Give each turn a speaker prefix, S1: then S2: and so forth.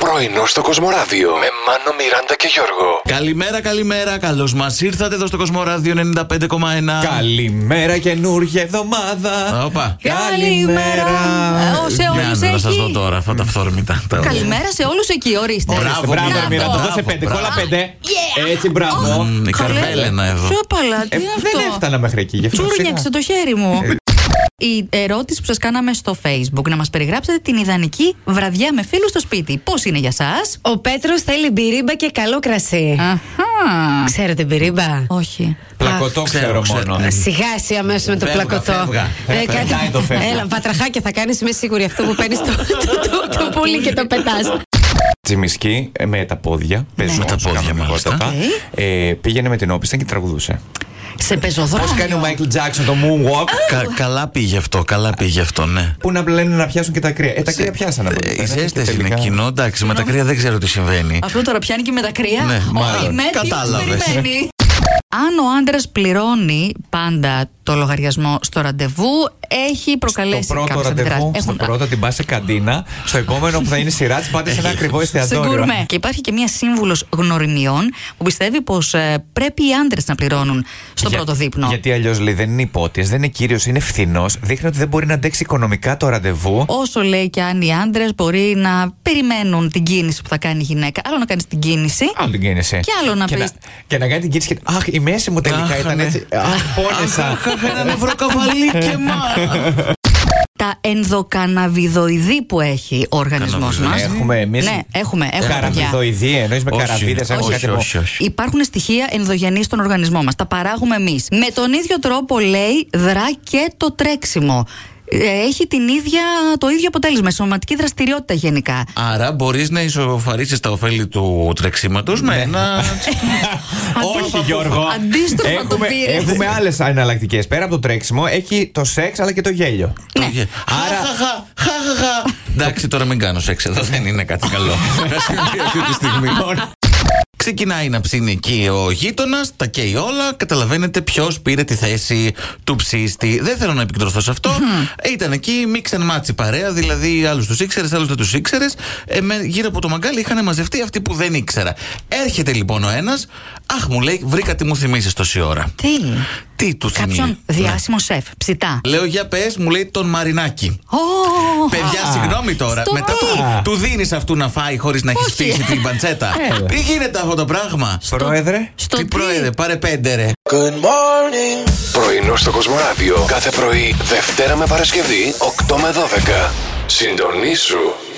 S1: Πρωινό στο Κοσμοράδιο με Μάνο, Μιράντα και Γιώργο.
S2: Καλημέρα, καλημέρα. Καλώς μας ήρθατε εδώ στο Κοσμοράδιο 95,1.
S3: Καλημέρα καινούργια εβδομάδα.
S2: Όπα.
S3: Καλημέρα.
S4: Ε, ο- Σε
S2: Για
S4: όλους
S2: Ναι, να σας δω
S4: έχει.
S2: τώρα αυτά τα φθόρμητα. τα ωραία.
S4: Καλημέρα σε όλους εκεί, ορίστε.
S2: Ωραία.
S3: Μπράβο, μπράβο,
S4: Μπράβο.
S3: Μοίρα, το
S2: Μπράβο,
S3: δώσε πέντε.
S2: μπράβο.
S3: Κόλλα πέντε. Έτσι, μπράβο.
S2: Μμ, Η
S4: Καλέ.
S2: Καρβέλενα εδώ.
S4: Πιο παλά, τι
S3: Ε, Δεν
S4: αυτό.
S3: έφτανα μέχρι εκεί. γι' αυτό
S4: Τσούρνιαξε
S3: σιγά.
S4: το χέρι μου.
S2: Ε.
S4: Η ερώτηση που σας κάναμε στο Facebook, να μας περιγράψετε την ιδανική βραδιά με φίλους στο σπίτι. Πώς είναι για εσά,
S5: Ο Πέτρος θέλει μπυρίμπα και καλό κρασί.
S4: Αχά.
S5: Ξέρετε μπυρίμπα.
S4: Όχι.
S3: Πλακωτό
S2: ξέρω,
S3: ξέρω
S2: ξέρω.
S3: μόνο.
S5: Σιγά εσύ αμέσως με το
S2: Φεύγα,
S5: πλακωτό.
S2: φεύγα.
S5: Ε,
S3: Ε,
S5: κάτι-
S3: πετάει το φεύγα.
S5: Έλα, πατραχάκια θα κάνεις, είμαι σίγουρη αυτό που παίρνεις το, το, το, το πουλί και το πετάς.
S3: Τσιμισκή ε, με τα πόδια. Πεζό,
S2: Με τα
S3: όσο
S2: πόδια,
S3: κάναμε
S2: μάλιστα.
S3: εγώ τότε.
S4: Οκ.
S3: Ε, Πήγαινε με την όπιστα και τραγουδούσε.
S4: Σε πεζοδρόμιο.
S3: Πώς κάνει ο Μάικλ Τζάξον το moonwalk.
S2: Κα- Καλά πήγε αυτό, καλά πήγε αυτό, ναι.
S3: Πού να λένε να πιάσουν και τα κρύα. Ε, τα κρύα πιάσανε. από
S2: Ε,
S3: τότε.
S2: Οι ζέστε
S3: Και
S2: είναι
S3: τελικά-
S2: κοινό, εντάξει, με τα κρύα δεν ξέρω τι συμβαίνει.
S4: Αυτό τώρα πιάνει και με τα κρύα.
S2: Ναι, μάλλον.
S4: Ο Matthews
S2: Κατάλαβες.
S4: περιμένει. Αν ο άντρας πληρώνει πάντα το λογαριασμό στο ραντεβού, έχει προκαλέσει
S3: στο πρώτο
S4: κάποιες
S3: ραντεβού,
S4: αντιδράσεις.
S3: στο
S4: Έχουν-
S3: πρώτο την πας σε καντίνα, στο επόμενο που θα είναι σειρά της πάτε σε
S2: Ε,
S3: ένα ακριβό
S4: Σε
S3: εστιατόριο.
S4: γκουρμέ. Και υπάρχει και μία σύμβουλος γνωριμιών που πιστεύει πως πρέπει οι άντρες να πληρώνουν στο
S3: Για-
S4: πρώτο δείπνο.
S3: Γιατί αλλιώς λέει δεν είναι υπότιε, δεν είναι κύριος, είναι φθηνός. Δείχνει ότι δεν μπορεί να αντέξει οικονομικά το ραντεβού.
S4: Όσο λέει και αν οι άντρες μπορεί να περιμένουν την κίνηση που θα κάνει η γυναίκα. Άλλο να κάνεις την κίνηση.
S3: Άλλο την κίνηση.
S4: Και άλλο να
S3: και
S4: πεις.
S3: και να κάνει την κίνηση και. Αχ, η μέση μου τελικά
S2: Αχ,
S3: ήταν
S2: ναι.
S3: έτσι. Αχ, πόνεσα.
S2: Αχ, Ένα νευροκαβαλί και μα.
S4: Τα ενδοκαναβιδοειδή που έχει ο οργανισμός μα.
S2: Καναβιδοειδή.
S3: Έχουμε εμείς.
S4: Ναι, έχουμε. έχουμε παιδιά.
S3: Καραβιδοειδή, εννοείς με
S2: Όχι,
S3: καραβίδες,
S2: όχι,
S3: κάτι που-
S2: όχι, όχι.
S4: Υπάρχουν στοιχεία ενδογενής στον οργανισμό μας. Τα παράγουμε εμείς. Με τον ίδιο τρόπο, λέει, δρά και το τρέξιμο. Ε, Έχει την ίδια, το ίδιο αποτέλεσμα. η Σωματική δραστηριότητα γενικά.
S2: Άρα μπορείς να ισοφαρίσεις τα ωφέλη του τρεξίματος με
S3: Ναι.
S2: ένα.
S3: Όχι, Γιώργο.
S4: Αντίστροφα το
S3: Έχουμε-
S4: πήρες.
S3: Έχουμε άλλες εναλλακτικές. Πέρα από το τρέξιμο, έχει το σεξ αλλά και το γέλιο.
S2: Άρα. Χαχαχα. Εντάξει, τώρα μην κάνω σεξ εδώ. Δεν είναι κάτι καλό. Να συμβεί αυτή τη στιγμή. Ξεκινάει να ψήνει εκεί ο γείτονας, τα καίει όλα. Καταλαβαίνετε ποιος πήρε τη θέση του ψήστη. Δεν θέλω να επικεντρωθώ σε αυτό. Ήταν εκεί, μίξαν μάτσι παρέα, δηλαδή άλλους τους ήξερες, άλλους δεν τους ήξερες. Ε, με- γύρω από το μαγκάλι είχαν μαζευτεί αυτοί που δεν ήξερα. Έρχεται λοιπόν ο ένας, Αχ, μου λέει, βρήκα τι μου θυμίσει τόση ώρα.
S4: Τι.
S2: Τι τους θυμίζει.
S4: Κάποιον διάσημο σεφ. Ψητά.
S2: Λέω για πες, μου λέει τον Μαρινάκη.
S4: Ω,
S2: Παιδιά, συγγνώμη τώρα.
S4: Στο
S2: Μετά
S3: μη.
S2: του, του δίνεις αυτού να φάει χωρίς να έχεις
S4: Όχι.
S2: φτύσει την παντσέτα.
S3: Έλα.
S2: Τι γίνεται αυτό το πράγμα.
S3: Πρόεδρε.
S4: Στο
S2: τι
S4: τι.
S2: πρόεδρε, πάρε πέντε ρε.
S1: Πρωινό στο Κοσμοράδιο κάθε πρωί, Δευτέρα με Παρασκευή, 8 με 12. Συντονίσου